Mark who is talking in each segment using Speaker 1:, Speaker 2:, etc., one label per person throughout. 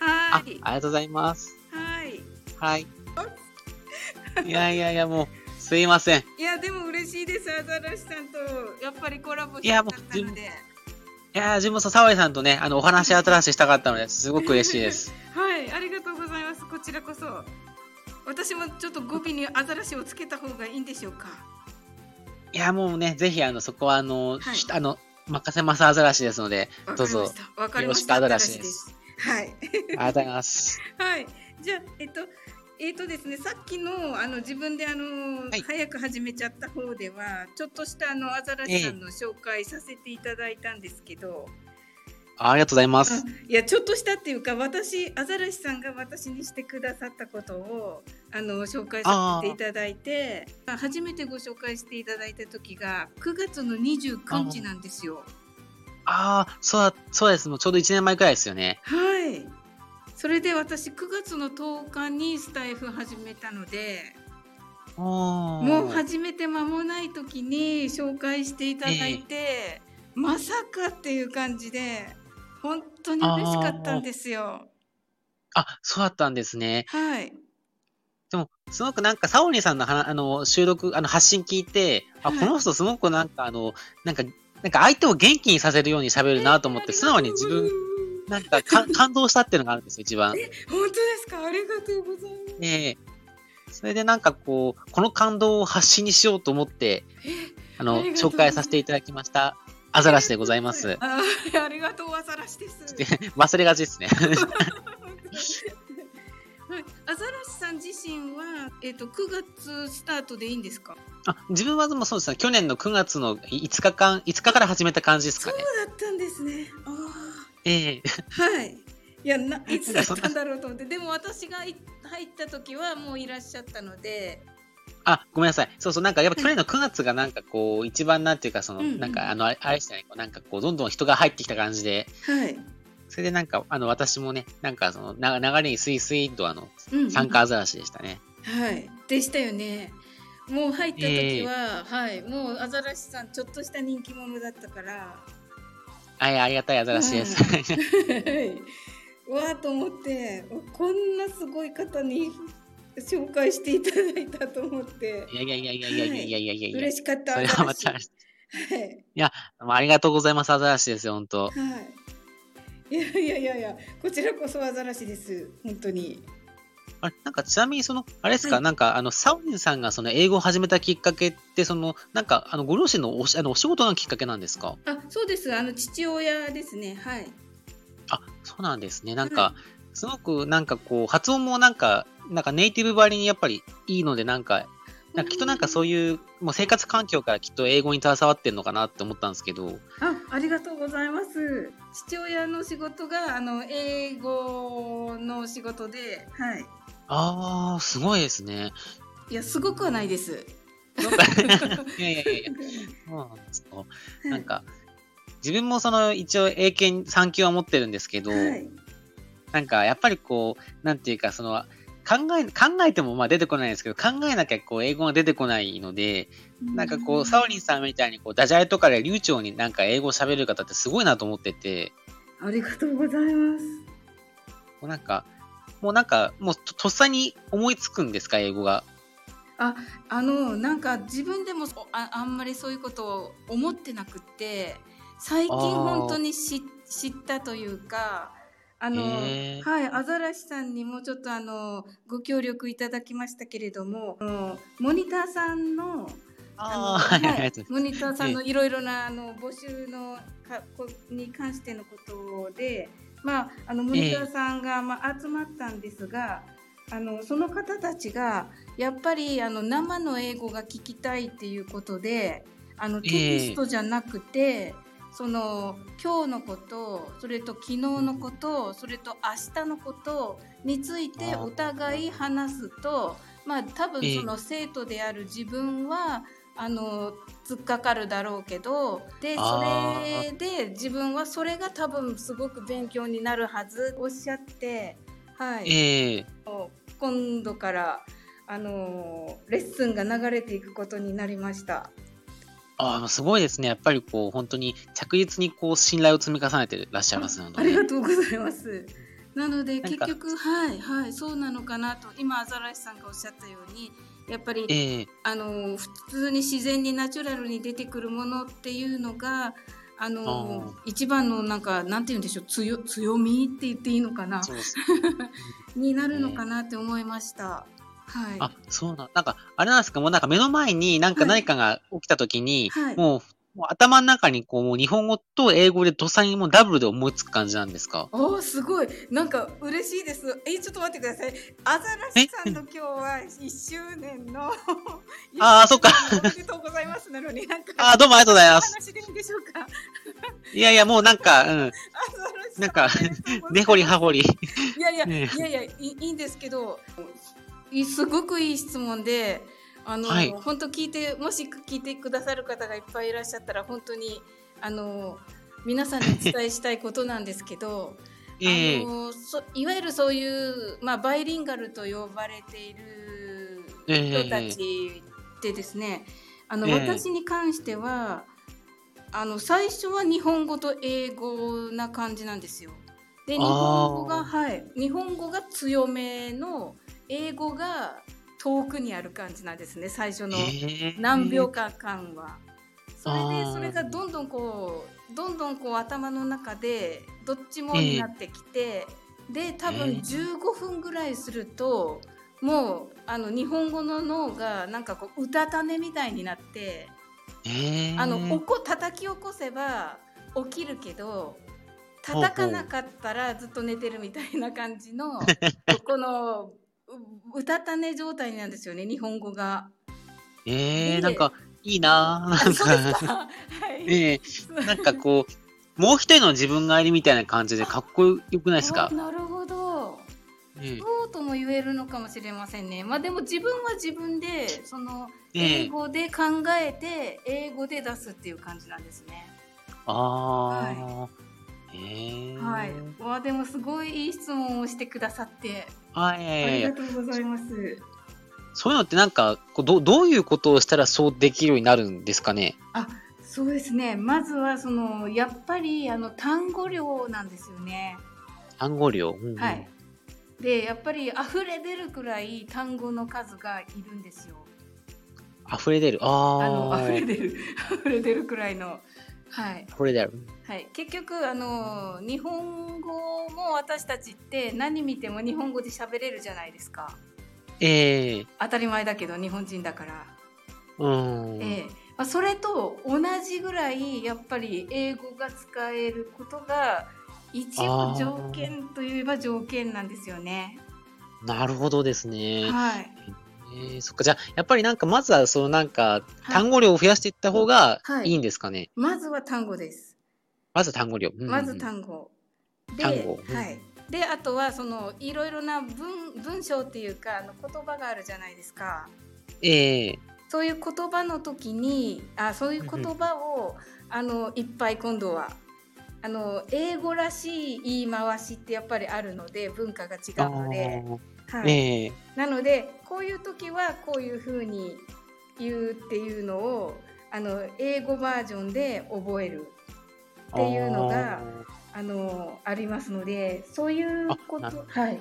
Speaker 1: ありがとうございます。
Speaker 2: はい。
Speaker 1: はい。 いやいやいや、もう、すいません。い
Speaker 2: いやでも嬉しいですアザラシさんとやっぱりコラボし
Speaker 1: い
Speaker 2: ちゃ
Speaker 1: や
Speaker 2: っ
Speaker 1: もう
Speaker 2: たので。
Speaker 1: やー、ジムさん、沢井さんとね、あの、お話新しいしたかったので、すごく嬉しい です。
Speaker 2: はい、ありがとうございます。こちらこそ。私もちょっと語尾にアザラシをつけた方がいいんでしょうか。
Speaker 1: いや、もうね、ぜひ、あの、そこは、あの、
Speaker 2: はい
Speaker 1: しあの、任せますアザラシですので、
Speaker 2: わか
Speaker 1: どう
Speaker 2: りま
Speaker 1: ぞ
Speaker 2: し。た。わかりまし
Speaker 1: よろしく
Speaker 2: た。
Speaker 1: アザラシ
Speaker 2: アザラシ
Speaker 1: です
Speaker 2: です。
Speaker 1: ありがとうございます。
Speaker 2: はい。はい。じゃあ、えっと。えっとですね、さっきのあの自分であの、
Speaker 1: はい
Speaker 2: 早く始めちゃった方ではちょっとしたあのアザラシさんの紹介させていただいたんですけど、
Speaker 1: ありがとうございます。
Speaker 2: いやちょっとしたっていうか私アザラシさんが私にしてくださったことをあの紹介させていただいてまあ初めてご紹介していただいた時が9月の29日なんですよ。
Speaker 1: ああ、そうだ、そうです。もうちょうど1年前くらいですよね。
Speaker 2: はいそれで私9月の10日にスタイフ始めたので
Speaker 1: おー
Speaker 2: もう始めて間もない時に紹介していただいて、まさかっていう感じで本当に嬉しかったんですよ。
Speaker 1: あ、そうだったんですね。
Speaker 2: はい
Speaker 1: でも、すごくなんか、サオリンさんのはなあの収録、あの発信聞いて、あ、
Speaker 2: はい
Speaker 1: この人すごくなんか、あの、なんか、なんか相手を元気にさせるように喋るなと思って、素直に自分、なん かか感動したっていうのがあるんですよ、一番。
Speaker 2: 本当ですかありがとうございます。
Speaker 1: で、それでなんかこう、この感動を発信にしようと思って、あ
Speaker 2: あ
Speaker 1: の、
Speaker 2: りがとうご
Speaker 1: 紹
Speaker 2: ざいます
Speaker 1: 介させていただきました、アザラシでございます。
Speaker 2: あーありがとうアザラシです。
Speaker 1: 忘れがちですね。
Speaker 2: はいアザラシさん自身はえっ、と9月スタートでいいんですか？
Speaker 1: あ自分はもうそうですね、去年の9月の5日間、5日から始めた感じですかね。
Speaker 2: そうだったんですね。あ
Speaker 1: ええ
Speaker 2: あはい。いや ないつだったんだろうと思って、でも私がい入った時はもういらっしゃったので、
Speaker 1: あ、ごめんなさい。そうそう、なんかやっぱ去年の9月がなんかこう、一番なんていうか、その、
Speaker 2: うんうん
Speaker 1: なんかあの、あれあれですね、こうなんかこう、どんどん人が入ってきた感じで、
Speaker 2: はい。
Speaker 1: それでなんか、あの、私もね、なんかその、な流れにスイスイとあの、
Speaker 2: うんうん
Speaker 1: 参加アザラシでしたね。
Speaker 2: はい、でしたよね。もう入った時は、はい、もうアザラシさんちょっとした人気者だったから、
Speaker 1: あいやありがたいアザラシです。
Speaker 2: うわーと思って、こんなすごい方に紹介していただいたと思って、
Speaker 1: いやいやいやいやいやいやいやいやいやいや。
Speaker 2: 嬉しかった
Speaker 1: そ
Speaker 2: ア
Speaker 1: れ
Speaker 2: ザ
Speaker 1: は
Speaker 2: ラ
Speaker 1: ま
Speaker 2: シ。は
Speaker 1: た、
Speaker 2: い、
Speaker 1: もうありがとうございます、アザラシですよ、本当
Speaker 2: はい。いやいやいやいや、こちらこそアザラシです、本当に。
Speaker 1: あれ、なんかちなみにその、あれですか、
Speaker 2: はい
Speaker 1: なんかあの、サオリンさんがその英語を始めたきっかけって、その、なんかあの、ご両親のおしあのお仕事がきっかけなんですか
Speaker 2: あ、そうです、あの父親ですね、はい。
Speaker 1: あ、そうなんですね。なん
Speaker 2: は
Speaker 1: か、すごくなんかこう、発音もなんか、なんかネイティブばりにやっぱりいいので、なんか、なんかきっとなんかそういう、もう生活環境からきっと英語に携わってるのかなって思ったんですけど、
Speaker 2: あ、ありがとうございます。父親の仕事があの英語の仕事で、はい。
Speaker 1: あー、すごいです ね。
Speaker 2: いやすごくはないです。
Speaker 1: なんかいやいやいやいや、そうなんですか。なんか、自分もその一応英検3級は持ってるんですけど、
Speaker 2: はい。
Speaker 1: なんかやっぱりこう、なんていうか、その、考え、考えてもまあ出てこないんですけど、考えなきゃこう英語が出てこないので、なんかこう、サオリンさんみたいにこうダジャレとかで流暢になんか英語喋る方ってすごいなと思ってて、
Speaker 2: ありがとうございます。
Speaker 1: こうなんか、もうなんか、もうととっさに思いつくんですか、英語が。
Speaker 2: あのなんか自分でもそああんまりそういうことを思ってなくって、最近
Speaker 1: あー
Speaker 2: 本当に知知ったというか。あの
Speaker 1: へー
Speaker 2: はい、アザラシさんにもちょっとあのご協力いただきましたけれどもあのモニターさんの
Speaker 1: ああ、は
Speaker 2: あ
Speaker 1: い、
Speaker 2: の
Speaker 1: は、
Speaker 2: はいい
Speaker 1: ありがとうございます
Speaker 2: モニターさんのいろいろなあの募集のかこに関してのことで、まあ、あのモニターさんが、まあ、集まったんですがあのその方たちがやっぱりあの生の英語が聞きたいっていうことであのテキストじゃなくて、その今日のことそれと昨日のことそれと明日のことについて
Speaker 1: あー
Speaker 2: お互い話すとまあ多分
Speaker 1: ええ
Speaker 2: その生徒である自分はあの突っかかるだろうけどでそ
Speaker 1: あー
Speaker 2: れで自分はそれが多分すごく勉強になるはずおっしゃって、はい、
Speaker 1: ええ
Speaker 2: 今度からあのレッスンが流れていくことになりました。
Speaker 1: ああ、すごいですね。やっぱりこう、本当に着実にこう、信頼を積み重ねてらっしゃいますの
Speaker 2: あり
Speaker 1: で。
Speaker 2: がとうございます。なので
Speaker 1: なん
Speaker 2: 結
Speaker 1: か
Speaker 2: 局はいはいそうなのかなと今アザラシさんがおっしゃったようにやっぱり
Speaker 1: ええ
Speaker 2: あの普通に自然にナチュラルに出てくるものっていうのがあの
Speaker 1: あー
Speaker 2: 一番のなんかなんて言うんでしょう強強みって言っていいのかな
Speaker 1: そ うです
Speaker 2: になるのかなって思いました。はい。
Speaker 1: あ、そうな、なんか、あれなんですか、もうなんか目の前になんか
Speaker 2: はい
Speaker 1: 何かが起きたときに、
Speaker 2: はい
Speaker 1: もう、もう頭の中にこう、もう日本語と英語でとっさにもうダブルで思いつく感じなんですか
Speaker 2: おーすごいなんか嬉しいですえちょっと待ってくださいアザラシさんの今日は1周年の
Speaker 1: あーそっか
Speaker 2: おめでとうございますなのになんか
Speaker 1: あーどうもありがとうございます
Speaker 2: 話でいいんでしょうか
Speaker 1: いやいや、もうなんか、 うん、
Speaker 2: アザラシさん
Speaker 1: なんか
Speaker 2: おめでとうございます
Speaker 1: 根掘り葉 掘り。
Speaker 2: いやいや、
Speaker 1: ね
Speaker 2: いやいやいいいいんですけどいすごくいい質問であの、
Speaker 1: はい
Speaker 2: 本当聞いてもし聞いてくださる方がいっぱいいらっしゃったら本当にあの皆さんにお伝えしたいことなんですけど
Speaker 1: ええ
Speaker 2: あのそいわゆるそういう、まあ、バイリンガルと呼ばれている
Speaker 1: ええ
Speaker 2: 人たちでですね、あの
Speaker 1: ええ
Speaker 2: 私に関してはあの最初は日本語と英語な感じなんですよ。で日
Speaker 1: あー
Speaker 2: 本語がはい日本語が強めの英語が遠くにある感じなんですね最初の
Speaker 1: ええ
Speaker 2: 何秒か間は。それ
Speaker 1: あ
Speaker 2: で
Speaker 1: ー
Speaker 2: それがどんどんこうどんどんこう頭の中でどっちもになってきて、で多分
Speaker 1: えー
Speaker 2: 15分ぐらいすると、もうあの日本語の脳がなんかこううたた寝みたいになって、
Speaker 1: ええ
Speaker 2: あのおこ叩き起こせば起きるけど
Speaker 1: ほう
Speaker 2: 叩かなかったらずっと寝てるみたいな感じ のこのううたた寝状態なんですよね日本語が。
Speaker 1: ええ
Speaker 2: で
Speaker 1: なんか、いいなぁ。
Speaker 2: あ
Speaker 1: な
Speaker 2: そ
Speaker 1: ん
Speaker 2: うです
Speaker 1: か、
Speaker 2: か、はい
Speaker 1: ええなんかこう、もう一人の自分がいるみたいな感じでかっこよくないですか
Speaker 2: あなるほど。
Speaker 1: ええ
Speaker 2: そうとも言えるのかもしれませんね。まあでも自分は自分でその
Speaker 1: ええ
Speaker 2: 英語で考えて英語で出すっていう感じなんですね。
Speaker 1: あー。ええ
Speaker 2: はい。わあでもすごいいい質問をしてくださって
Speaker 1: はいやい
Speaker 2: あ
Speaker 1: やい
Speaker 2: り
Speaker 1: や
Speaker 2: が。とうございます。
Speaker 1: そういうのってなんかこうどうどういうことをしたらそうできるようになるんですかね
Speaker 2: あ、そうですね。まずはそのやっぱりあの単語量なんですよね。
Speaker 1: 単語量。うんうん
Speaker 2: はい。でやっぱり溢れ出るくらい単語の数がいるんですよ。
Speaker 1: 溢れ出る。あ
Speaker 2: あ
Speaker 1: あ。
Speaker 2: の溢れ出る 溢れ出るくらいのはい。
Speaker 1: 溢れ出る。
Speaker 2: はい、結局あの日本語も私たちって何見ても日本語で喋れるじゃないですか
Speaker 1: ええ
Speaker 2: 当たり前だけど日本人だから、
Speaker 1: うん。
Speaker 2: ええまあ、それと同じぐらいやっぱり英語が使えることが一応
Speaker 1: あー
Speaker 2: 条件といえば条件なんですよね。
Speaker 1: なるほどですね。
Speaker 2: はい、
Speaker 1: ええそっか。じゃあ、やっぱりなんか、まずは、そのなんか、
Speaker 2: はい
Speaker 1: 単語量を増やしていった方が
Speaker 2: はい
Speaker 1: いいんですかね。
Speaker 2: まずは単語です。
Speaker 1: まず単語量。うんうん
Speaker 2: まず単語。で
Speaker 1: 単語うん
Speaker 2: はい。であとはそのいろいろな文文章っていうかあの言葉があるじゃないですか。
Speaker 1: ええ
Speaker 2: そういう言葉の時にあそういう言葉をあのいっぱい今度はあの英語らしい言い回しってやっぱりあるので文化が違
Speaker 1: あ
Speaker 2: うので、
Speaker 1: ー
Speaker 2: はい
Speaker 1: ええ
Speaker 2: なのでこういう時はこういうふうに言うっていうのをあの英語バージョンで覚えるっていうのが
Speaker 1: あー
Speaker 2: あのありますのでそういうこ
Speaker 1: あなる
Speaker 2: とはい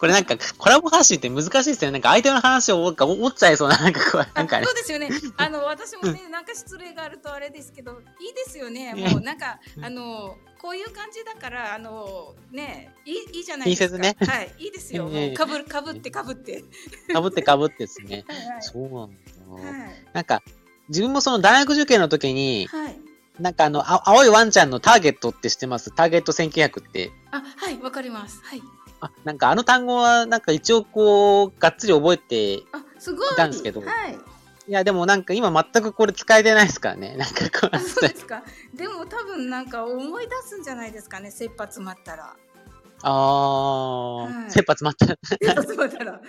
Speaker 1: これなんか、コラボ発信って難しいですよね。なんか、相手の話をなんか折っちゃいそうな、なんかこう、なんか
Speaker 2: あ
Speaker 1: ね
Speaker 2: そ。うです よね。あの私もね、なんか失礼があるとあれですけど、いいですよね。もうなんか
Speaker 1: うん
Speaker 2: あのこういう感じだからあのね、いいいいじゃないですか。
Speaker 1: 気にせ
Speaker 2: はい、いいですよ。
Speaker 1: ええ
Speaker 2: もうかぶるかぶってかぶって。
Speaker 1: かぶってかぶってですね。
Speaker 2: は
Speaker 1: そうなんだ
Speaker 2: い
Speaker 1: な。
Speaker 2: はい
Speaker 1: なんか、自分もその大学受験の時に、
Speaker 2: はい。
Speaker 1: なんかあの、あ青いワンちゃんのターゲットって知ってますターゲット1900って。
Speaker 2: あはいわかります。はい。
Speaker 1: あ、なんかあの単語は、なんか一応こう、がっつり覚えて、い
Speaker 2: あすごい。
Speaker 1: いたんですけど
Speaker 2: はい。
Speaker 1: やでもなんか今全くこれ使えてないですからね。 なんかこ
Speaker 2: あそう
Speaker 1: う、
Speaker 2: ですか。でも多分なんか思い出すんじゃないですかね。切羽詰まったら。
Speaker 1: あ
Speaker 2: はい
Speaker 1: ー、切羽詰まった。
Speaker 2: 切羽詰まったら。はい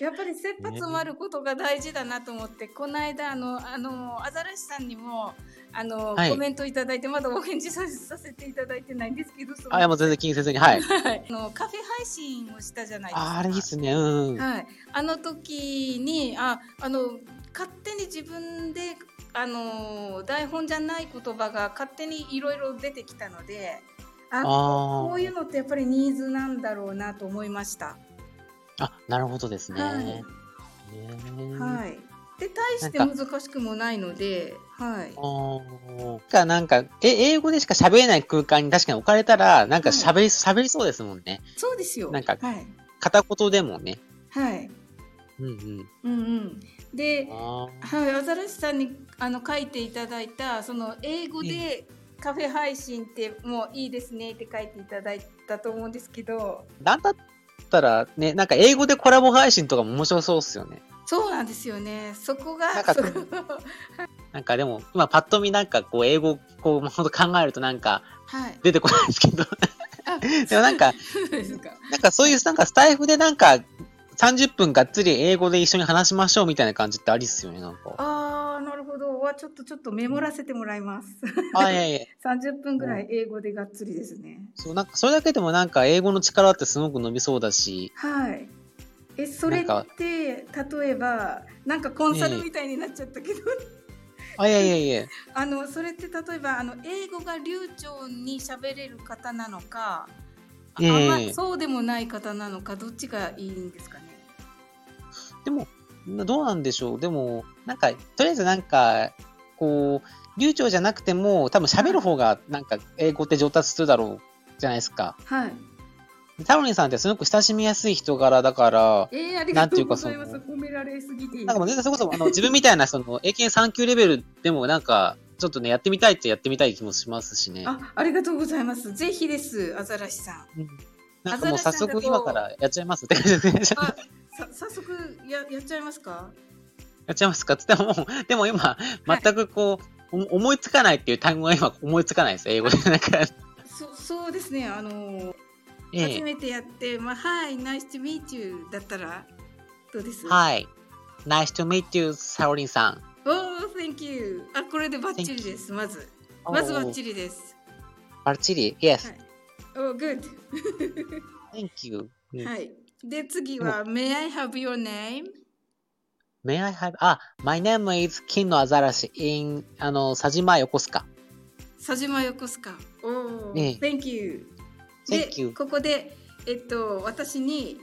Speaker 2: やっぱり切羽詰まることが大事だなと思って、この間あのあのアザラシさんにもあの、
Speaker 1: はい
Speaker 2: コメントいただいてまだお返事させさせていただいてないんですけど、その
Speaker 1: あ、いやもう全然気にせずに。はい。
Speaker 2: はいあのカフェ配信をしたじゃないです
Speaker 1: あ
Speaker 2: か。
Speaker 1: ーあれいいっすね。うん。
Speaker 2: はい、あの時にああの勝手に自分であの台本じゃない言葉が勝手にいろいろ出てきたのであ
Speaker 1: あ
Speaker 2: こういうのってやっぱりニーズなんだろうなと思いました。
Speaker 1: あ。あ、なるほどですね。
Speaker 2: はい
Speaker 1: へー
Speaker 2: はい。で対して難しくもないので、はい。
Speaker 1: あーかなんか、え、英語でしか喋れない空間に確かに置かれたら、なんか喋り、喋りそうですもんね。
Speaker 2: そうですよ。
Speaker 1: なんか
Speaker 2: はい
Speaker 1: 片言でもね。
Speaker 2: はい。
Speaker 1: うんうん。
Speaker 2: うんうん。で、
Speaker 1: あー
Speaker 2: はい、アザラシさんにあの書いていただいたその英語でカフェ配信ってもういいですねって書いていただいたと思うんですけど、
Speaker 1: なんだったら、ね、なんか英語でコラボ配信とかも面白そうっすよね。
Speaker 2: そうなんですよね。そこ
Speaker 1: なん
Speaker 2: が
Speaker 1: か
Speaker 2: そこ
Speaker 1: なんかでも、今パッと見なんかこう、英語、こう、ほんと考えるとなんか
Speaker 2: はい。
Speaker 1: 出てこないで すけど。
Speaker 2: あ、
Speaker 1: でもなんか、
Speaker 2: そうですか。
Speaker 1: なんかそういう、なんかスタイフでなんか、30分がっつり英語で一緒に話しましょうみたいな感じってありっすよね、なんか。
Speaker 2: ああ、なるほど。はちょっとちょっとメモらせてもらいます。
Speaker 1: あ、いやいや。
Speaker 2: 三十分ぐらい英語でがっつりですね。
Speaker 1: そう、なんかそれだけでもなんか英語の力ってすごく伸びそうだし、
Speaker 2: はい。え、それっ
Speaker 1: なん
Speaker 2: て例えばなんかコンサルみたいになっちゃったけど、
Speaker 1: あ、いやいやいや、
Speaker 2: あのそれって例えばあの英語が流暢に喋れる方なのか、あ
Speaker 1: ええ
Speaker 2: あんまそうでもない方なのかどっちがいいんですかね。
Speaker 1: でも、どうなんでしょう。でも、なんか、とりあえずなんか、こう、流暢じゃなくても、多分喋る方がなんか英語って上達するだろうじゃないですか。
Speaker 2: はい。
Speaker 1: でタロリンさんってすごく親しみやすい人柄だから、
Speaker 2: えー、ありがとうございま
Speaker 1: なん
Speaker 2: す。
Speaker 1: ていうか
Speaker 2: 褒められすぎていい
Speaker 1: なんかもう全然それこそあの自分みたいなその英検3級レベルでもなんか、ちょっとね、やってみたいってやってみたい気もしますしね。
Speaker 2: あ、ありがとうございます。ぜひです、アザラシさん。
Speaker 1: うんなんかもう
Speaker 2: 浅
Speaker 1: 早
Speaker 2: 田さんだと
Speaker 1: 速今からやっちゃいますって感じですね。
Speaker 2: あ、さ早速ややっちゃいますか。
Speaker 1: やっ ちゃいますかつっても、でも今、全くこう、お思いつかないっていう単語が今思いつかないです。英語で。なんか、
Speaker 2: そそうですね。あの
Speaker 1: え
Speaker 2: 初
Speaker 1: え。
Speaker 2: めてやって、まあ、はい、nice to meet you だったら、どうです
Speaker 1: はい。Nice to meet you, サオリンさん。
Speaker 2: おー、thank you。あ、これでバッチリです、まず。まずバッチ
Speaker 1: リ。
Speaker 2: リです。
Speaker 1: バッチリ。Yes.、
Speaker 2: おー、good。
Speaker 1: Thank you. うん
Speaker 2: はい。で、次は、May I have your name?
Speaker 1: May I have... あ、My name is 金のアザラシ in あの、佐島横須賀。
Speaker 2: 佐島横須賀。お
Speaker 1: え
Speaker 2: ー、thank you。で
Speaker 1: Thank you.
Speaker 2: ここで、えっと、私に、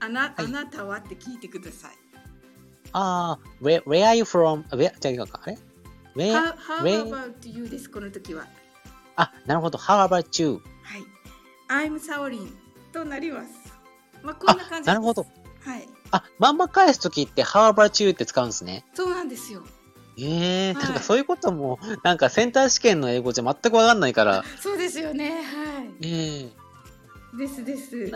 Speaker 2: あな、
Speaker 1: はい
Speaker 2: あなたはって聞いてください。
Speaker 1: ああ、where, where are you from? Where, 違うか。あれ ?Where?
Speaker 2: How, how
Speaker 1: Where-
Speaker 2: about you です、この時は。
Speaker 1: あ、なるほど。How about you?
Speaker 2: はい。I'm サオリンとなります。まあ、こんな感じです。
Speaker 1: なるほど。
Speaker 2: はい。
Speaker 1: あ、まんま返すときって How about you? って使うんですね。
Speaker 2: そうなんですよ。
Speaker 1: ええ
Speaker 2: はい
Speaker 1: なんかそういうことも、なんかセンター試験の英語じゃ全くわかんないから、
Speaker 2: そうですよね。は
Speaker 1: ええ
Speaker 2: い。ですです。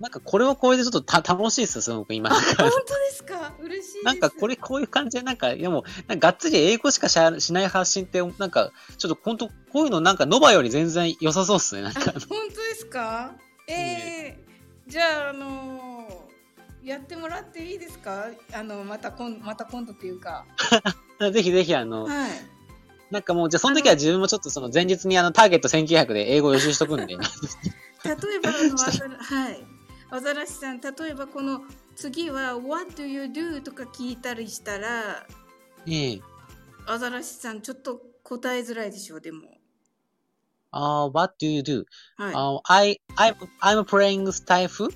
Speaker 1: なんかこれを超えてちょっとた楽しいです、すごく 今
Speaker 2: あ、。本当ですか。嬉しいです。
Speaker 1: なんかこれ、こういう感じで、なんか、でも、なんかがっつり英語しかしゃしない発信って、なんか、ちょっと本当、こういうのなんか、ノバより全然良さそうっすね、なん
Speaker 2: あ。
Speaker 1: か
Speaker 2: 本。当ですか。ええじゃあ、あのーやってもらっていいですか。あの、また、こん、また今度っていうか。
Speaker 1: ぜひぜひ、あの、
Speaker 2: はい。
Speaker 1: なんかもう、じゃあその時は自分もちょっとその前日にあの、ターゲット1900で英語予習しと くんで。
Speaker 2: 例えば、あ の、わざら、はい。アザラシさん、例えば、この。次は、what do you do とか聞いたりしたら。
Speaker 1: ええ
Speaker 2: アザラシさん、ちょっと答えづらいでしょう。でも。
Speaker 1: あー what do you do?
Speaker 2: はい。
Speaker 1: あー I, I'm, I'm playing stife?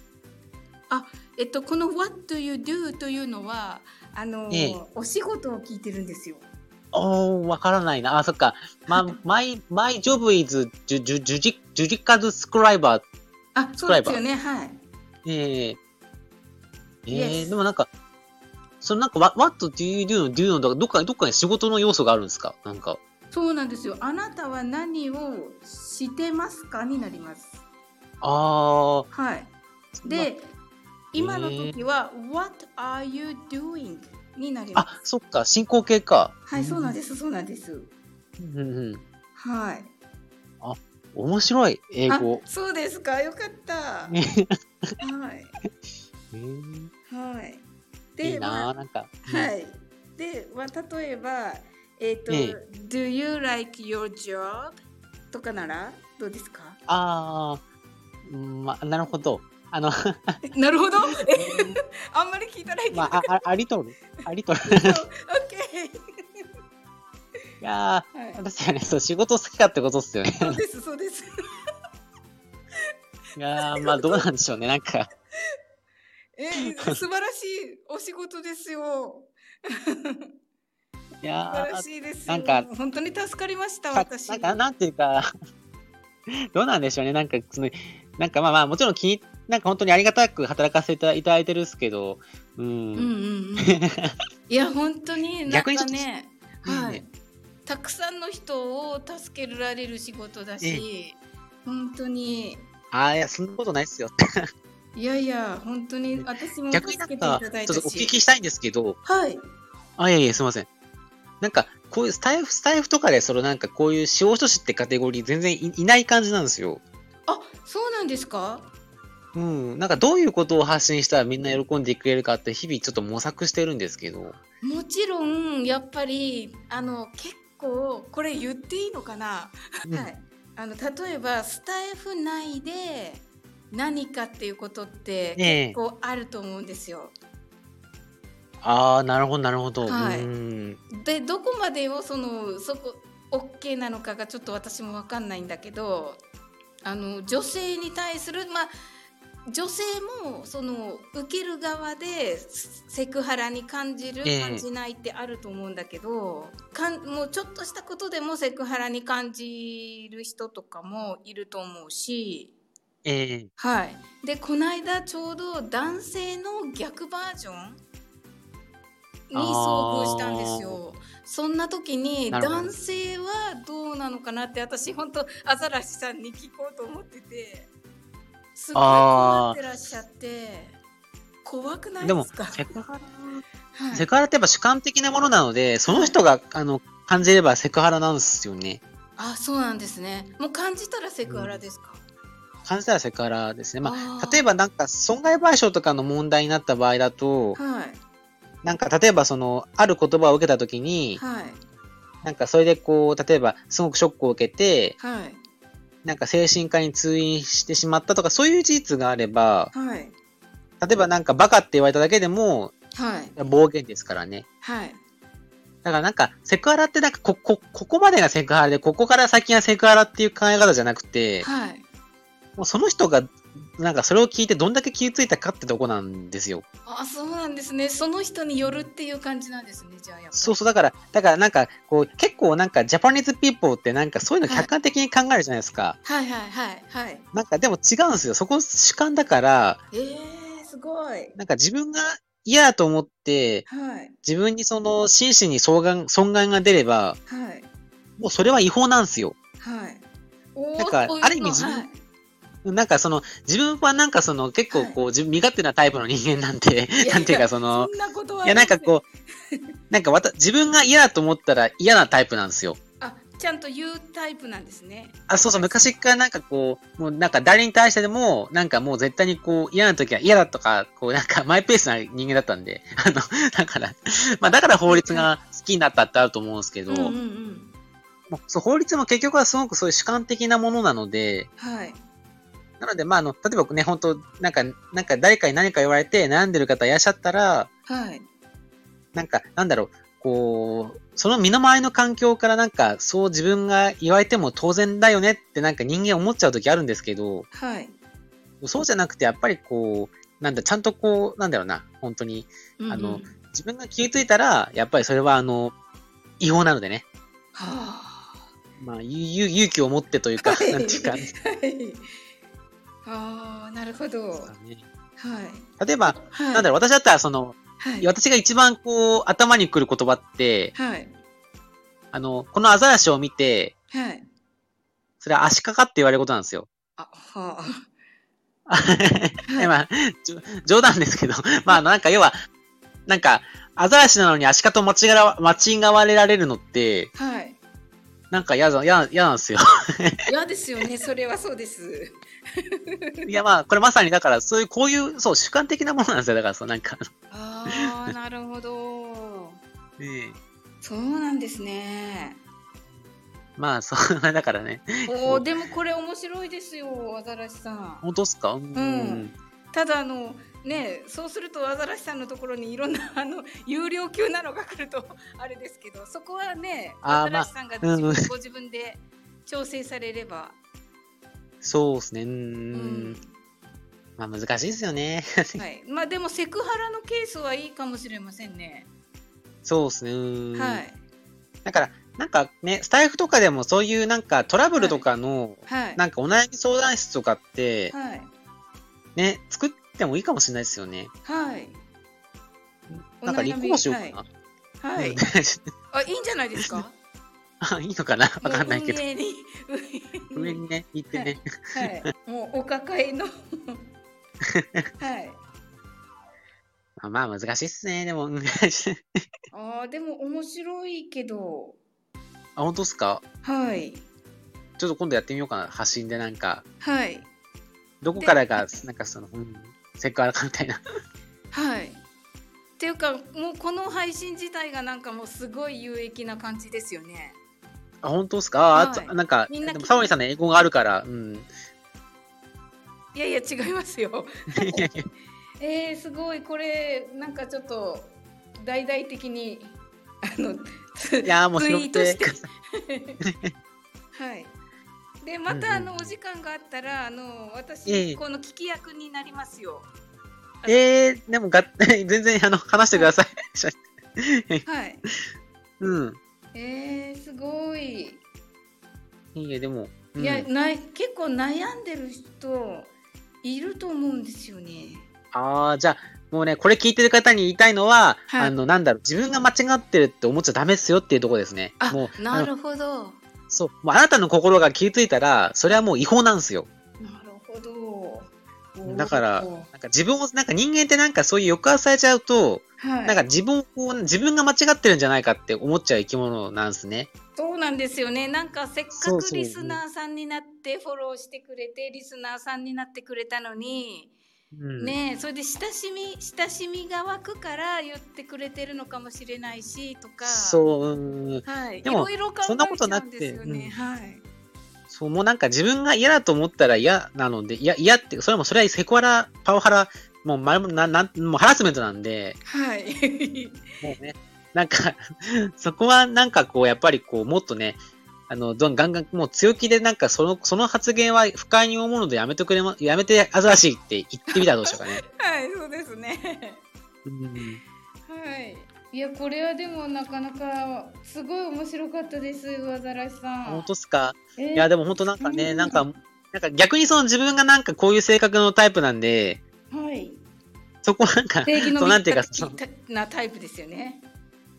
Speaker 2: えっと、この What do you do というのはあの、
Speaker 1: ええ
Speaker 2: お仕事を聞いてるんですよ。
Speaker 1: おー、わからないな。あ、そっか。ま、my, my job is ju- ju- ju- judicial scriber.
Speaker 2: あ、そうですよね。はい。
Speaker 1: ええええ
Speaker 2: Yes.
Speaker 1: でもなんか、そのなんか、what, what do you do の do の、どっか、どっかに仕事の要素があるんですかなんか。
Speaker 2: そうなんですよ。あなたは何をしてますかになります。
Speaker 1: あ
Speaker 2: はい。
Speaker 1: ー。
Speaker 2: で、今の時は、What are you doing になり
Speaker 1: ま
Speaker 2: ま
Speaker 1: あ、あ
Speaker 2: す。
Speaker 1: そっか、進行形か。
Speaker 2: はい、そうなんです。そうなんです。
Speaker 1: うんうんうん。
Speaker 2: はい。
Speaker 1: 面白い、英
Speaker 2: あ
Speaker 1: 語、。
Speaker 2: そうですか。よかった。は
Speaker 1: ね
Speaker 2: い。
Speaker 1: えー
Speaker 2: はい。
Speaker 1: いい
Speaker 2: まあ
Speaker 1: なぁ、なんか。
Speaker 2: はい。で、まあ、例えば、えっ、と、
Speaker 1: え
Speaker 2: Do you like your job? とかならどうですか
Speaker 1: あー、うんまあ、なるほど。あの、
Speaker 2: なるほど あんまり聞いたないけど。
Speaker 1: まあ、あ、ありとる。ありとる。いやー
Speaker 2: OK。はい。
Speaker 1: ですよね。そう、仕事好きかってことっすよね。
Speaker 2: そうです、そうです。
Speaker 1: いやーまあどうなんでしょうね。なんか、
Speaker 2: え 素晴らしいお仕事ですよ。
Speaker 1: い
Speaker 2: 素晴
Speaker 1: や
Speaker 2: ら
Speaker 1: ー
Speaker 2: しいですよ。
Speaker 1: なんか
Speaker 2: 本当に助かりました
Speaker 1: か
Speaker 2: 私。
Speaker 1: なんかなんていうか、 どうなんでしょうね。なんか、そのなんかまあまあ、もちろん気に、なんか本当にありがたく働かせていただいてるんですけど、う
Speaker 2: うんう
Speaker 1: ん。
Speaker 2: んう ん。いや本当になん
Speaker 1: 逆に
Speaker 2: か
Speaker 1: ちょっと
Speaker 2: ね、
Speaker 1: うん
Speaker 2: はい。たくさんの人を助けられる仕事だし、本当に
Speaker 1: ああ、いや、そんなことないっすよ。
Speaker 2: いやいや本当に私も助
Speaker 1: 逆
Speaker 2: け
Speaker 1: になん
Speaker 2: てい
Speaker 1: か、
Speaker 2: た
Speaker 1: ちょ
Speaker 2: だい
Speaker 1: ったと
Speaker 2: し。
Speaker 1: お聞きしたいんですけど、
Speaker 2: はい。
Speaker 1: あ、いやいや、すいません。なんか、こういうスタイフ、スタイフとかで、そのなんかこういう司法書士ってカテゴリー全然いいない感じなんですよ。
Speaker 2: あそうなんですか。
Speaker 1: うん。なんかどういうことを発信したらみんな喜んでくれるかって日々ちょっと模索してるんですけど。
Speaker 2: もちろんやっぱりあの結構これ言っていいのかな。
Speaker 1: うん
Speaker 2: はい、あの例えばスタイフ内で何かっていうことって
Speaker 1: ええ
Speaker 2: 結構あると思うんですよ。
Speaker 1: ああ、なるほど、なるほど。
Speaker 2: はい
Speaker 1: うん。
Speaker 2: でどこまでをそのそこ OK なのかがちょっと私も分かんないんだけどあの女性に対するまあ女性もその受ける側でセクハラに感じる
Speaker 1: ええ
Speaker 2: 感じないってあると思うんだけど、かんもうちょっとしたことでもセクハラに感じる人とかもいると思うし
Speaker 1: ええ
Speaker 2: はい、でこの間ちょうど男性の逆バージョンに遭遇したんですよ。そんな時に
Speaker 1: なるほど
Speaker 2: 男性はどうなのかなって私本当アザラシさんに聞こうと思っててすごい困ってらっしゃって怖くない
Speaker 1: で
Speaker 2: で
Speaker 1: も
Speaker 2: すか、
Speaker 1: セクハ
Speaker 2: は
Speaker 1: ラ、
Speaker 2: い
Speaker 1: セクハラってやっぱ主観的なものなので、その人が、あの、感じればセクハラなんですよね。
Speaker 2: あそうなんですねもう感じたらセクハラですか、
Speaker 1: 感じたらセクハラですね。ま
Speaker 2: あ
Speaker 1: あ、
Speaker 2: ー
Speaker 1: 例えばなんか損害賠償とかの問題になった場合だと、
Speaker 2: はい
Speaker 1: なんか例えばその、ある言葉を受けたときに、
Speaker 2: はい
Speaker 1: なんかそれでこう、例えばすごくショックを受けて、
Speaker 2: はい
Speaker 1: なんか精神科に通院してしまったとか、そういう事実があれば、
Speaker 2: はい
Speaker 1: 例えばなんかバカって言われただけでも、
Speaker 2: はい
Speaker 1: 暴言ですからね。
Speaker 2: はい
Speaker 1: だからなんか、セクハラってなんかこ、こ、ここまでがセクハラで、ここから先がセクハラっていう考え方じゃなくて、
Speaker 2: はい
Speaker 1: もうその人が、なんかそれを聞いてどんだけ気付いたかってとこなんですよ。
Speaker 2: あそうなんですねその人によるっていう感じなんですねじゃあやっぱり
Speaker 1: そうそう、だから、だからなんか、こう、結構なんか、ジャパニーズピーポーってなんかそういうの客観的に考えるじゃないですか。
Speaker 2: はいはいはいはい
Speaker 1: なんかでも違うんですよ。そこ主観だから、
Speaker 2: えー、すごい
Speaker 1: なんか自分が嫌だと思って、
Speaker 2: はい
Speaker 1: 自分にその、真摯に損害損害が出れば、
Speaker 2: はい
Speaker 1: もうそれは違法なんですよ。
Speaker 2: はいおー
Speaker 1: なんか
Speaker 2: そういう
Speaker 1: ある意味自分
Speaker 2: はい
Speaker 1: なんかその、自分はなんかその、結構こう、自分身勝手なタイプの人間なんで
Speaker 2: いやい、や
Speaker 1: なんていうかそ
Speaker 2: そ
Speaker 1: の、
Speaker 2: んなことはい
Speaker 1: やなんか
Speaker 2: う
Speaker 1: こう、なんかわた、自分が嫌だと思ったら嫌なタイプなんですよ。
Speaker 2: あちゃんと言うタイプなんですね
Speaker 1: あ、そうそう、昔っからなんかこう、もうなんか誰に対してでも、なんかもう絶対にこう、嫌な時は嫌だとか、こうなんか マイペースな人間だったんで、あの、だから、まあだから法律が好きになったってあると思うんですけど、
Speaker 2: うんうんうん
Speaker 1: もうそう法律も結局はすごくそういう主観的なものなので、
Speaker 2: はい
Speaker 1: なのでまああの、例えばね、本当なんか、なんか誰かに何か言われて悩んでる方いらっしゃったら、
Speaker 2: はい
Speaker 1: なんか、なんだろう、こう、その身の回りの環境からなんか、そう自分が言われても当然だよねってなんか人間思っちゃう時あるんですけど、
Speaker 2: はい、
Speaker 1: そうじゃなくて、やっぱりこう、なんだ、ちゃんとこう、なんだろうな、本当に、
Speaker 2: うんうん
Speaker 1: あの自分が気づいたら、やっぱりそれは、あの、違法なのでね、
Speaker 2: はあ
Speaker 1: まあ、ゆゆ勇気を持ってというか、
Speaker 2: は
Speaker 1: なんていうか、
Speaker 2: はいあーなるほどはい
Speaker 1: 例えば、
Speaker 2: はい
Speaker 1: なんだろう、私だったら、その、
Speaker 2: はい
Speaker 1: 私が一番こう、頭にくる言葉って、
Speaker 2: はい
Speaker 1: あの、このアザラシを見て、
Speaker 2: はい
Speaker 1: それは足利って言われることなんですよ。
Speaker 2: あはあ
Speaker 1: え まあ、じょ冗談ですけど、まあ、あのなんか要は、なんか、アザラシなのにアシカと間違わ間違われられるのって、
Speaker 2: はい
Speaker 1: なんか嫌だ、嫌嫌なんですよ。
Speaker 2: 嫌ですよねそれはそうです
Speaker 1: いやまあ、これまさにだから、そういう、こういう、そう、主観的なものなんですよ。だから、そう、なんか、
Speaker 2: ああ、なるほど。
Speaker 1: ね
Speaker 2: そうなんですね。
Speaker 1: えまあ、そう、 だからね。
Speaker 2: おーでもこれ面白いですよ、アザラシさん。
Speaker 1: 本当っすか
Speaker 2: う
Speaker 1: う
Speaker 2: ん。ただあのね、そうするとアザラシさんのところにいろんなあの有料級なのが来るとあれですけど、そこはね、ア
Speaker 1: あー
Speaker 2: ザラシさんが
Speaker 1: まあ
Speaker 2: 自分
Speaker 1: うん
Speaker 2: ご自分で調整されれば。
Speaker 1: そうですね。うー
Speaker 2: うんん。
Speaker 1: まあ難しいですよね。
Speaker 2: はい、まあでもセクハラのケースはいいかもしれませんね。
Speaker 1: そうですね。うーん。
Speaker 2: はい
Speaker 1: だから、なんかね、スタイフとかでもそういうなんかトラブルとかの、
Speaker 2: はい
Speaker 1: なんかお悩み相談室とかって、
Speaker 2: はい
Speaker 1: ね、作ってもいいかもしれないですよね。
Speaker 2: はい
Speaker 1: なんか立候補しようかな。
Speaker 2: は
Speaker 1: う
Speaker 2: い
Speaker 1: ん。
Speaker 2: あいいんじゃないですか。
Speaker 1: あ、いいのかな わかんないけど。
Speaker 2: もう運営に運営
Speaker 1: 上
Speaker 2: に
Speaker 1: にね、行ってね。
Speaker 2: はいもうお抱えの はい。
Speaker 1: まあ難しいっすね。でも、うん あ、
Speaker 2: ああでも面白いけど
Speaker 1: 本当っすか
Speaker 2: はい
Speaker 1: ちょっと今度やってみようかな。発信でなんか、
Speaker 2: はい
Speaker 1: どこからが、 なんかその、うん、セクハラかみたいな。
Speaker 2: はい。っていうかもうこの配信自体がなんかもうすごい有益な感じですよね。
Speaker 1: あ、本当っすかあ、
Speaker 2: はい
Speaker 1: つなんか、
Speaker 2: みんな
Speaker 1: でもサモリさんの英語があるか ら、うん。
Speaker 2: いやいや違います よ。
Speaker 1: いやいや
Speaker 2: えー、すごいこれなんかちょっと大々的にあのツ
Speaker 1: いやーもう
Speaker 2: ツイ
Speaker 1: 拾っ
Speaker 2: ートしてて
Speaker 1: ください。
Speaker 2: はい。でまたあの
Speaker 1: うんうんうん
Speaker 2: お時間があったらあの
Speaker 1: ええ
Speaker 2: 私この聞き役になりますよ。
Speaker 1: えー、でもが、 全然あの話してください。
Speaker 2: はい。
Speaker 1: うん。
Speaker 2: えー、すごい。
Speaker 1: いいえ、でも、うん、
Speaker 2: いや、ない結構悩んでる人いると思うんですよね。
Speaker 1: ああ、じゃあ、もうね、これ聞いてる方に言いたいのは、
Speaker 2: はい
Speaker 1: あの、なんだろう、自分が間違ってるって思っちゃダメですよっていうところですね。
Speaker 2: あ
Speaker 1: もう、あ
Speaker 2: な
Speaker 1: の
Speaker 2: るほど。
Speaker 1: そう、もうあなたの心が気づいたら、それはもう違法なんですよ。
Speaker 2: なるほど。おー
Speaker 1: だからなんか自分を、なんか人間ってなんかそういう抑圧されちゃうと、
Speaker 2: はい、
Speaker 1: なんか自分をこう、自分が間違ってるんじゃないかって思っちゃう生き物なんですね。
Speaker 2: そうなんですよね。なんかせっか
Speaker 1: そう
Speaker 2: く
Speaker 1: そう
Speaker 2: リスナーさんになってフォローしてくれて、リスナーさんになってくれたのに、
Speaker 1: うん、
Speaker 2: ねえそれで親しみ親しみが湧くから言ってくれてるのかもしれないしとか、
Speaker 1: そう、うん、
Speaker 2: はい、
Speaker 1: でも
Speaker 2: いろいろ考
Speaker 1: そんなこ
Speaker 2: え
Speaker 1: と
Speaker 2: ちゃ
Speaker 1: な
Speaker 2: うん
Speaker 1: くて
Speaker 2: ですよね。
Speaker 1: うん
Speaker 2: はい。
Speaker 1: そう、もうなんか自分が嫌だと思ったら嫌なので、いや、嫌って、それはもうそれはセクハラ、パワハラ、もう前も、なん、なん、もうハラスメントなんで、
Speaker 2: はい。
Speaker 1: もうね、なんか、 そこはなんかこう、やっぱりこう、もっとね、あの、どんガンガン、もう強気でなんか、その、その発言は不快に思うのでやめてくれま、やめてあざらしいって言ってみたらどうでしょうかね。
Speaker 2: はい、そうですね。
Speaker 1: うん。
Speaker 2: はい。いや、これはでもなかなかすごい面白かったです、上ざらしさん。
Speaker 1: 本当っすか
Speaker 2: えー
Speaker 1: いや、でも本当なんかね、
Speaker 2: うん
Speaker 1: なんか、なんか逆にその自分がなんかこういう性格のタイプなんで、
Speaker 2: はい。
Speaker 1: そこはなんか、
Speaker 2: 定義の
Speaker 1: そうなんていうか
Speaker 2: 見たたなタイプですよね。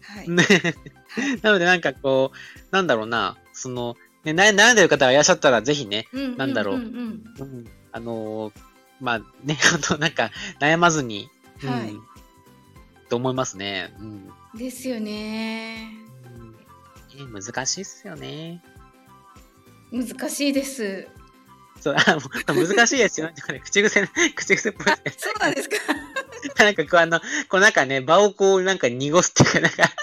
Speaker 2: はい。
Speaker 1: ね、なのでなんかこう、なんだろうな、その、ね、悩悩んでる方がいらっしゃったら、ぜひね、
Speaker 2: う
Speaker 1: なんだろう
Speaker 2: うんうん
Speaker 1: うんあのーまあね、 あとなんか悩まずに、うん
Speaker 2: はい
Speaker 1: と思いますね。うん、
Speaker 2: うんですよね。
Speaker 1: うん難しいっすよね。
Speaker 2: 難しいです。
Speaker 1: そう、あもう難しいですよ。なんかね口癖、口癖っぽい。
Speaker 2: そうなんですか。
Speaker 1: なんかこうあの、こうなんかね、場をこうなんか濁すっていうか、なんか、なんか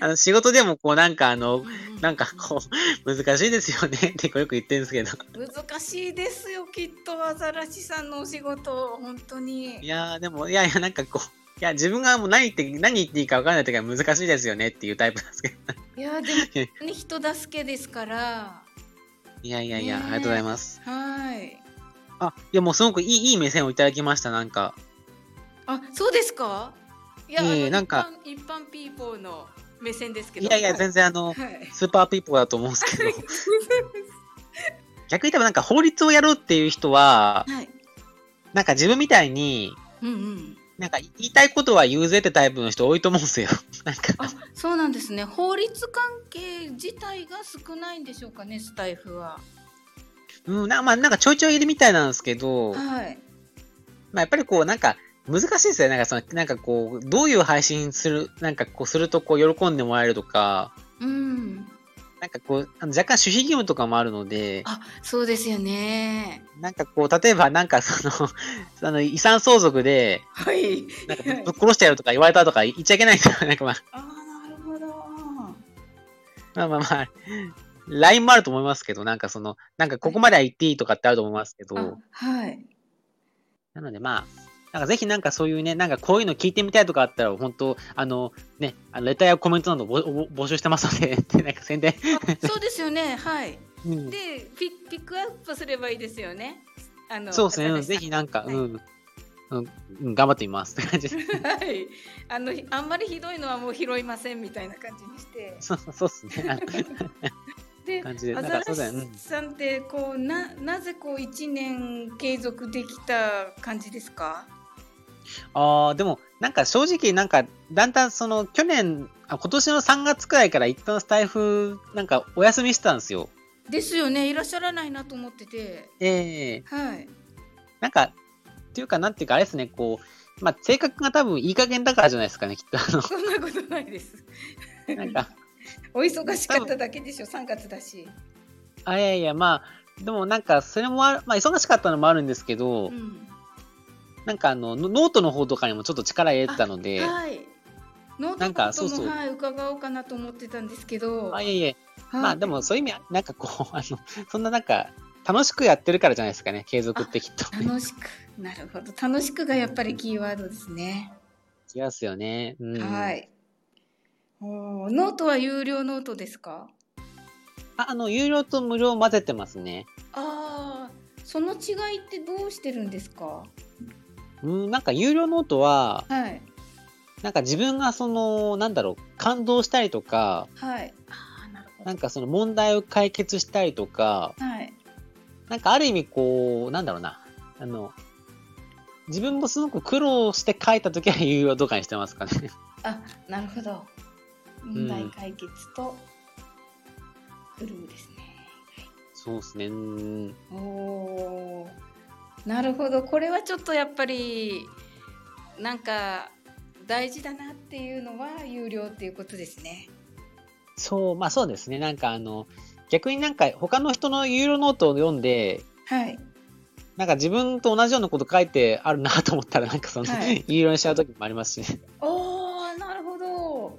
Speaker 1: あの仕事でもこうなんかあの、なんかこう、難しいですよね ってこうよく言ってるんですけど。
Speaker 2: 難しいですよきっとアザラシさんのお仕事本当
Speaker 1: い
Speaker 2: に。
Speaker 1: やー、でも、いやいや、なんかこう、いや、自分がもう何言って、何言っていいか分からないときは難しいですよねっていうタイプなんですけど。
Speaker 2: いやでも本当に人助けですから。
Speaker 1: いやいやいや、あ
Speaker 2: ねえ
Speaker 1: りがとうございます。
Speaker 2: はい。
Speaker 1: あ、いや、もうすごくいい、いい目線をいただきました、なんか。
Speaker 2: あそうですか。いや、
Speaker 1: ええ
Speaker 2: あの
Speaker 1: なんか
Speaker 2: 一般一般ピーポーの目線ですけ
Speaker 1: い
Speaker 2: ど。
Speaker 1: やいや、
Speaker 2: はい
Speaker 1: 全然あ
Speaker 2: は
Speaker 1: の、
Speaker 2: い。
Speaker 1: スーパーピーポーだと思うんですけど。逆に言えばなんか法律をやろうっていう人は、
Speaker 2: はい。
Speaker 1: なんか自分みたいに、
Speaker 2: うんうん。
Speaker 1: なんか言いたいことは言うぜってタイプの人多いと思うんですよ。 なんか
Speaker 2: あ、そうなんですね。法律関係自体が少ないんでしょうかね、スタイフは。
Speaker 1: うん、なまあなんかちょいちょいいるみたいなんですけど、
Speaker 2: はい。
Speaker 1: まあ、やっぱりこう、なんか、難しいですよね。なんか、その、なんかこう、どういう配信する、なんかこう、すると、こう、喜んでもらえるとか、
Speaker 2: うん。
Speaker 1: なんかこう、あの若干守秘義務とかもあるので、
Speaker 2: あ、そうですよね。
Speaker 1: なんかこう、例えば、なんかその、 あの、遺産相続で、
Speaker 2: はい。
Speaker 1: なんかぶぶっ殺してやるとか言われたとか言っちゃいけないんですよ。なんかまあ、
Speaker 2: あー、なるほど。
Speaker 1: まあまあまあ、LINE もあると思いますけど、なんかその、なんかここまでは言っていいとかってあると思いますけど、
Speaker 2: あ、はい。
Speaker 1: なのでまあ、なんかぜひなんかそういうね、なんかこういうの聞いてみたいとかあったら、本当あの、 ね、あのレターやコメントなどぼぼ募集してますので、でなんか宣伝、
Speaker 2: そうですよね。はい。
Speaker 1: うん
Speaker 2: でピッピックアップすればいいですよね。あの
Speaker 1: そうですね、
Speaker 2: 高
Speaker 1: うん
Speaker 2: 橋さ
Speaker 1: ぜひなんか、
Speaker 2: はい
Speaker 1: うん、うんうん、頑張ってみますって感じで
Speaker 2: はい、あのひあんまりひどいのはもう拾いませんみたいな感じにして
Speaker 1: そうそうですね。
Speaker 2: で
Speaker 1: 感 じで
Speaker 2: ア
Speaker 1: なん
Speaker 2: ザ
Speaker 1: か
Speaker 2: ラ
Speaker 1: そうだよね
Speaker 2: シさんってこうななぜこう1年継続できた感じですか
Speaker 1: ああ、でも、なんか正直、なんか、だんだんその、去年、あ今年の3月くらいから一旦スタイフ、なんかお休みしてたんですよ。
Speaker 2: ですよねいらっしゃらないなと思ってて
Speaker 1: ええ
Speaker 2: はい
Speaker 1: なんか、っていうか、なんていうか、あれですね、こう、まあ、性格が多分いい加減だからじゃないですかね、きっと。あ
Speaker 2: そんなことないです
Speaker 1: の、なんか、
Speaker 2: お忙しかっただけでしょ3月だし、
Speaker 1: あ、いやいや、まあ、でもなんか、それもある、まあ、忙しかったのもあるんですけど、
Speaker 2: うん、
Speaker 1: なんかあの、ノノートの方とかにもちょっと力入れてたので、
Speaker 2: はいノート
Speaker 1: な
Speaker 2: の
Speaker 1: ん
Speaker 2: こ
Speaker 1: か
Speaker 2: と
Speaker 1: そうそう
Speaker 2: もはい伺おうかなと思ってたんですけど
Speaker 1: あ、いえいえ、
Speaker 2: はい
Speaker 1: まあ、でもそういう意味、なんかこう、あ の、そんななんか、楽しくやってるからじゃないですかね、継続ってきっと。
Speaker 2: 楽しくなるほど楽しくがやっぱりキーワードですね、
Speaker 1: 違いますよね。うん、
Speaker 2: はいおーノートは有料ノートですか
Speaker 1: ああの、有料と無料を混ぜてますね。
Speaker 2: ああ、その違いってどうしてるんですか。
Speaker 1: うん、なんか有料ノートは、
Speaker 2: はい
Speaker 1: なんか自分がその、なんだろう、感動したりとか、
Speaker 2: はい。ああ、なるほ
Speaker 1: なんかその問題を解決したりとか、
Speaker 2: ど。はい。
Speaker 1: なんかある意味こう、なんだろうな、あの、自分もすごく苦労して書いたときは有料とかにしてますかね。
Speaker 2: あ、なるほど。問題解決とフルームです
Speaker 1: そうですね。うん
Speaker 2: ね。おお、なるほど。これはちょっとやっぱりなんか大事だなっていうのは有料っていうことですね。
Speaker 1: そう、まあそうですね。なんかあの、逆になんか他の人の有料ノートを読んで、
Speaker 2: はい。
Speaker 1: なんか自分と同じようなこと書いてあるなと思ったら、なんかその、
Speaker 2: は
Speaker 1: はいい、色にしちゃう時もありますしね。
Speaker 2: おお、なるほど。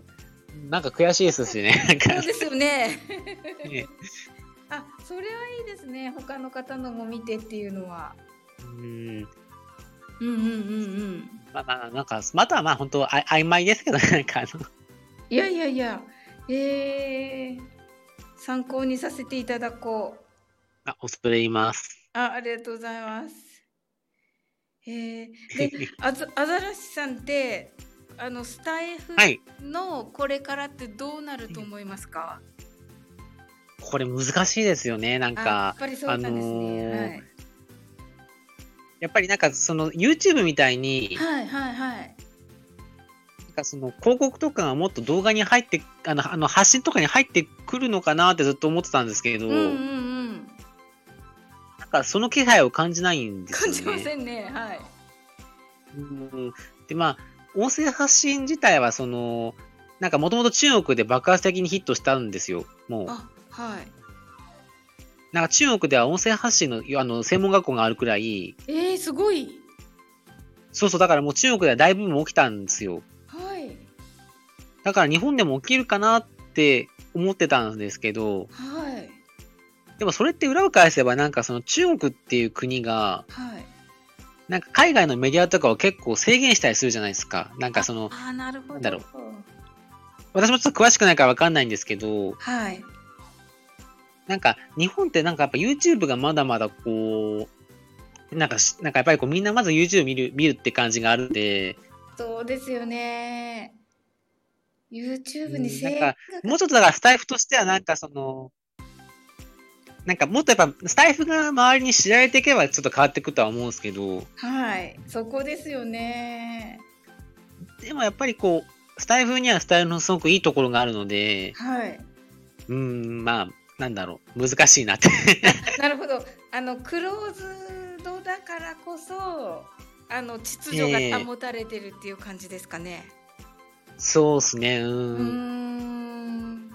Speaker 1: なんか悔しいですしね。なん
Speaker 2: そう
Speaker 1: か、
Speaker 2: ですよね。
Speaker 1: ね
Speaker 2: あ、それはいいですね。他の方のも見てっていうのは。
Speaker 1: うん。
Speaker 2: うんうんうんうん。
Speaker 1: まあまあ、なんか、またはまあ本当あ曖昧ですけど、なんかあの、
Speaker 2: いやいやいや。えー、参考にさせていただこう。
Speaker 1: あ恐れ入ります。
Speaker 2: あ、ありがとうございます。えー、で、 あざアザラシさんってあのスタイフ
Speaker 1: はい。
Speaker 2: のこれからってどうなると思いますか。
Speaker 1: これ難しいですよね。なん
Speaker 2: あ、や
Speaker 1: か
Speaker 2: っ、ぱりそうなんですね。
Speaker 1: あのーやっぱりなんかその YouTube みたいに、
Speaker 2: はいはいはいはい。
Speaker 1: なんかその広告とかがもっと動画に入って、あの、あの発信とかに入ってくるのかなってずっと思ってたんですけど、
Speaker 2: うんうんうん。
Speaker 1: なんかその気配を感じないんですよ
Speaker 2: 感
Speaker 1: ね。
Speaker 2: じませんね。はい。
Speaker 1: うんでまあ音声発信自体はそのなんかもともと中国で爆発的にヒットしたんですよもう
Speaker 2: あ、はい。
Speaker 1: なんか中国では音声発信のあの専門学校があるくらい
Speaker 2: えー、すごい。
Speaker 1: そうそうだからもう中国では大ブーム起きたんですよ
Speaker 2: はい。
Speaker 1: だから日本でも起きるかなって思ってたんですけど
Speaker 2: はい。
Speaker 1: でもそれって裏を返せばなんかその中国っていう国が
Speaker 2: はい。
Speaker 1: なんか海外のメディアとかを結構制限したりするじゃないですかなんかその
Speaker 2: ああ、なるほど。
Speaker 1: なんだろう私もちょっと詳しくないからわかんないんですけど
Speaker 2: はい。
Speaker 1: なんか、日本ってなんかやっぱ YouTube がまだまだこう、なんかし、なんかやっぱりこうみんなまず YouTube 見る、見るって感じがあるんで、
Speaker 2: そうですよね。YouTube
Speaker 1: うん
Speaker 2: に制
Speaker 1: なんかもうちょっとだからスタイフとしてはなんかその、なんかもっとやっぱスタイフが周りに知られていけばちょっと変わってくとは思うんですけど、
Speaker 2: はい。そこですよね。
Speaker 1: でもやっぱりこう、スタイフにはスタイルのすごくいいところがあるので、
Speaker 2: はい。
Speaker 1: うん、まあ、なんだろう、難しい なって。
Speaker 2: なるほど。あの、クローズドだからこそ、あの、秩
Speaker 1: え
Speaker 2: 序
Speaker 1: え
Speaker 2: が保たれてるっていう感じですかね。
Speaker 1: そうですね、
Speaker 2: うー
Speaker 1: うん。
Speaker 2: ん。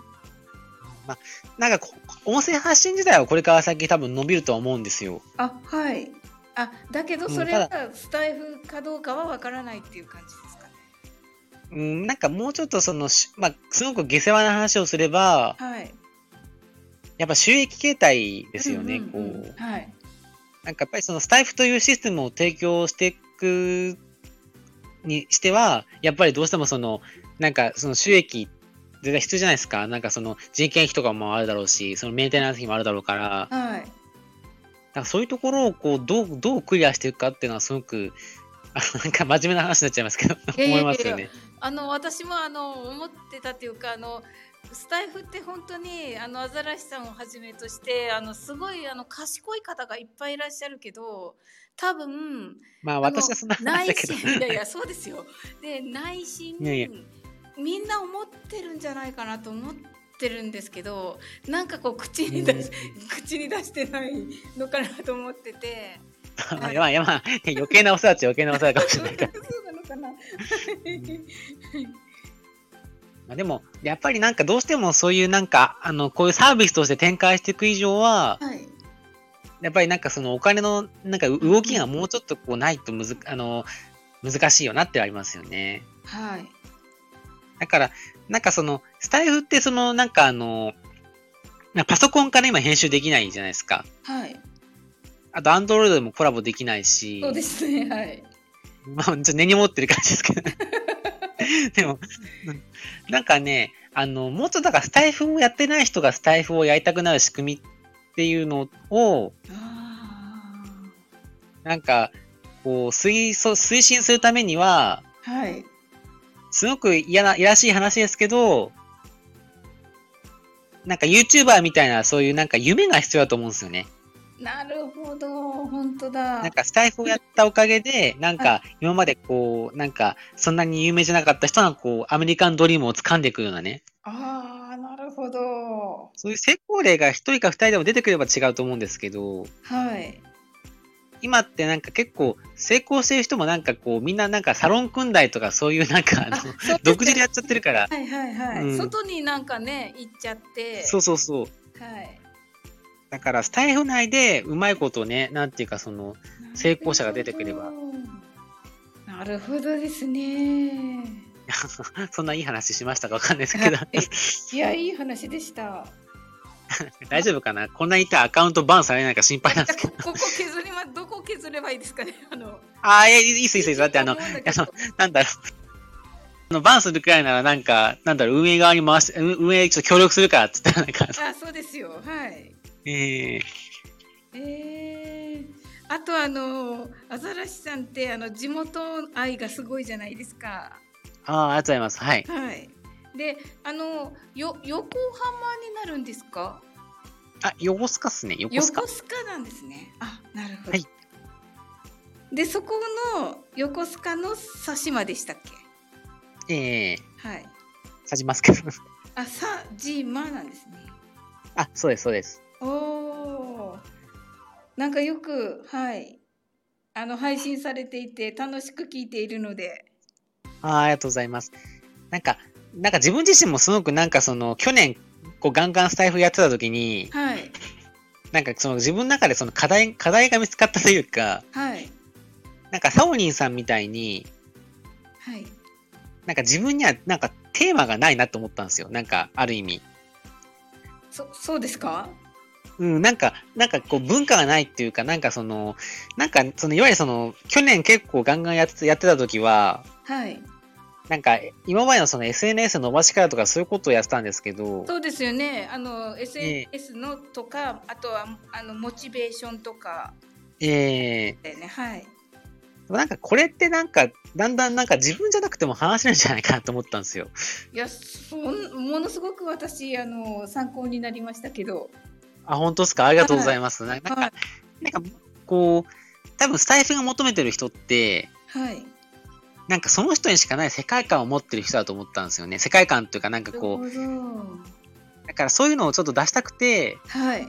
Speaker 1: なんかこ、音声発信自体はこれから先多分伸びるとは思うんですよ。
Speaker 2: あ、はい。あ、だけど
Speaker 1: うん
Speaker 2: それ
Speaker 1: ただ
Speaker 2: がスタイフかどうかはわからないっていう感じですかね。
Speaker 1: うん、なんかもうちょっとそのし、まあ、すごく下世話な話をすれば、
Speaker 2: はい。
Speaker 1: やっぱ収益形態で
Speaker 2: です
Speaker 1: よね、こう。
Speaker 2: はい。
Speaker 1: なんかやっぱりそのスタイフというシステムを提供していくにしては、やっぱりどうしてもその、なんかその収益絶対必要じゃないですか。なんかその人件費とかもあるだろうし、そのメンテナンス費もあるだろうから、だか
Speaker 2: はい。
Speaker 1: らそういうところをこうどうどうクリアしていくかっていうのはすごく、あのなんか真面目な話になっちゃいますけど、
Speaker 3: やいやいや
Speaker 1: 思いますよね。
Speaker 3: あの私もあの思ってたというかあのスタイフって本当にあのアザラシさんをはじめとしてあのすごいあの賢い方がいっぱいいらっしゃるけど多分
Speaker 1: まあ
Speaker 3: あの
Speaker 1: 私はそんな話だ
Speaker 3: 内
Speaker 1: けど。
Speaker 3: 心いやいやそうですよで内心
Speaker 1: いやいや
Speaker 3: みんな思ってるんじゃないかなと思ってるんですけどなんかこう口に出し、口に出してないのかなと思ってて
Speaker 1: まあまあ、まあ余計なお世話っちゃ余計なお世話かもし
Speaker 2: そ
Speaker 1: れ
Speaker 2: う
Speaker 1: ないから。
Speaker 2: なの かな。
Speaker 1: まあでも、やっぱりなんかどうしてもそういうなんか、あの、こういうサービスとして展開していく以上は、
Speaker 2: はい。
Speaker 1: やっぱりなんかそのお金のなんか動きがもうちょっとこうないとむずあの難しいよなってありますよね。
Speaker 2: はい。
Speaker 1: だから、なんかそのスタイフってそのなんかあの、まあパソコンから今編集できないじゃないですか。
Speaker 2: はい。
Speaker 1: あと、アンドロイドでもコラボできないし、
Speaker 2: そうですね。はい。
Speaker 1: まあ、ちょっと根に持ってる感じで すけど。でも、なんかね、あの、もっとだからスタイフをやってない人がスタイフをやりたくなる仕組みっていうのを、
Speaker 2: あ
Speaker 1: なんか、こう、推そ推進するためには、
Speaker 2: あ。はい。
Speaker 1: すごく嫌な、いやらしい話ですけど、なんか YouTuber みたいな、そういうなんか夢が必要だと思うんですよね。
Speaker 2: なるほど。本当だ。
Speaker 1: なんかスタイフをやったおかげで、なんか今までこう、なんかそんなに有名じゃなかった人がこう、アメリカンドリームを掴んでいくようなね、
Speaker 2: ああ、なるほど。
Speaker 1: そういう成功例が一人か二人でも出てくれば違うと思うんですけど、
Speaker 2: はい。
Speaker 1: 今ってなんか結構成功してる人もなんかこう、みんななんかサロン組んだりとかそういうなんかあの、
Speaker 3: そうです
Speaker 1: 独自でやっちゃってるから、
Speaker 2: はいはいはい。
Speaker 1: うん
Speaker 3: 外になんかね行っちゃって
Speaker 1: そうそうそう。
Speaker 2: はい。
Speaker 1: だからスタイフ内でうまいことね、なんていうかその、成功者が出てくれば。
Speaker 2: なるほどですね。
Speaker 1: そんないい話しましたかわかんないですけど、
Speaker 2: いや、いい話でした。
Speaker 1: 大丈夫かなこんなに言ったらアカウントバンされないか心配なんですけど。
Speaker 3: ここ削りまどこ削ればいいですかねあの
Speaker 1: ああ、いやいいっすいいっすいいっす。だってあの、
Speaker 3: 思うんだけ
Speaker 1: あ
Speaker 3: ど
Speaker 1: の、なんだろう。あの、バンするくらいならなんか、なんだろう、運営側に回して、運運営ちょっと協力するからって言ったらなんか、
Speaker 3: あそうですよはい
Speaker 1: ええ
Speaker 3: えー、あとあのアザラシさんってあの地元愛がすごいじゃないですか
Speaker 1: ああ、ありがとうございます。はい。
Speaker 3: はいであのよ横浜になるんですか
Speaker 1: あ、横須賀っすね。横須賀
Speaker 3: 横。須賀なんですねあなるほど、
Speaker 1: はい
Speaker 3: でそこの横須賀の佐島でしたっけ
Speaker 1: ええ
Speaker 3: はい
Speaker 1: さじますけど。
Speaker 3: あさ島なんですね
Speaker 1: あ、そうです、そうです。
Speaker 3: おー
Speaker 2: なんかよく、はい。あの配信されていて楽しく聞いているので、
Speaker 1: ああ、ありがとうございます。なんか、なんか自分自身もすごくなんかその、去年、こうガンガンスタイフやってた時に、
Speaker 2: はい
Speaker 1: なんかその自分の中でその課題、課題が見つかったというか、
Speaker 2: はい
Speaker 1: なんかサオリンさんみたいに、
Speaker 2: はい
Speaker 1: なんか自分にはなんかテーマがないなと思ったんですよ。なんかある意味。
Speaker 2: そそうですか？
Speaker 1: うん、なんか、なんかこう文化がないっていうか、なんかその、なんかその、いわゆるその、去年結構ガンガンやってやってた時は、
Speaker 2: はい
Speaker 1: なんか今までのその SNS の伸ばし方とかそういうことをやってたんですけど、
Speaker 2: そうですよね。あの
Speaker 1: え
Speaker 2: SNS のとか、あとはあのモチベーションとか
Speaker 1: ええ
Speaker 2: だよね。はい
Speaker 1: なんかこれってなんか、だんだんなんか自分じゃなくても話せるんじゃないかなと思ったんですよ。
Speaker 2: いやそんものすごく私あの参考になりましたけど、
Speaker 1: あ、本当ですかありがとうございます。ななんか、
Speaker 2: はい
Speaker 1: なんか、こう、多分スタイフが求めてる人って、
Speaker 2: はい
Speaker 1: なんかその人にしかない世界観を持ってる人だと思ったんですよね。世界観というか、なんかこ
Speaker 2: なるほど
Speaker 1: う、だからそういうのをちょっと出したくて、
Speaker 2: はい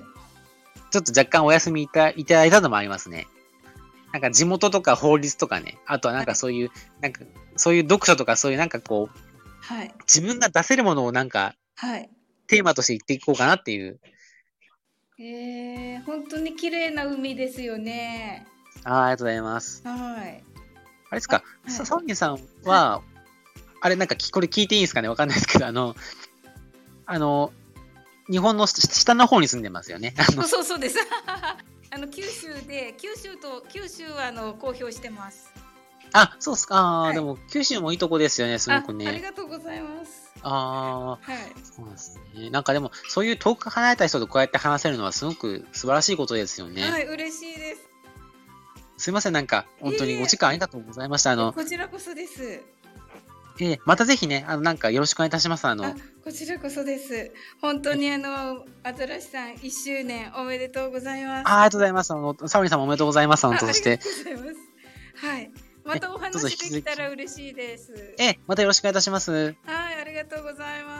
Speaker 1: ちょっと若干お休みいたいただいたのもありますね。なんか地元とか法律とかね、あとはなんかそういう、なんかそういう読書とかそういうなんかこう、
Speaker 2: はい
Speaker 1: 自分が出せるものをなんか
Speaker 2: はい。
Speaker 1: テーマとして言っていこうかなっていう。
Speaker 2: えー、本当に綺麗な海ですよね。
Speaker 1: あーありがとうございます。
Speaker 2: はい。
Speaker 1: あれですか、
Speaker 2: い
Speaker 1: さサウニーさんは、あれなんかきこれ聞いていいんですかねわかんないですけど、あの、あの、日本の下下の方に住んでますよね。あ
Speaker 3: そ
Speaker 1: の
Speaker 3: うそうそう ですあの九州で九州と九州はあの公表してます
Speaker 1: あ、そうっすか。あー
Speaker 3: はい
Speaker 1: でも九州もいいとこですよね、すごく
Speaker 3: ああり
Speaker 1: ね。
Speaker 3: がとうございます
Speaker 1: ああ、
Speaker 2: はい。
Speaker 1: そうなんですね。なんかでも、そういう遠く離れた人とこうやって話せるのはすごく素晴らしいことですよね。
Speaker 2: はい、嬉しいです。
Speaker 1: すいません、なんか、本当
Speaker 2: いえい
Speaker 1: に
Speaker 2: え
Speaker 1: お時間ありがとうございました。あの、
Speaker 2: こちらこそです。
Speaker 1: ええまたぜひね、あの、なんかよろしくお願いいたします。あの、
Speaker 2: あ、こちらこそです。本当にあの、アザラシさん一周年おめでとうございます。
Speaker 1: あありがとうございます。あの、サオリンさんもおめでとうございます。本当そし
Speaker 2: ああ
Speaker 1: て、
Speaker 2: りがとうございます。はい。またお
Speaker 1: どうぞ
Speaker 2: 話
Speaker 1: 引き
Speaker 2: で
Speaker 1: 続き
Speaker 2: きたら嬉しいです。
Speaker 1: ええまたよろしくお願いいたします。
Speaker 2: はい、ありがとうございます。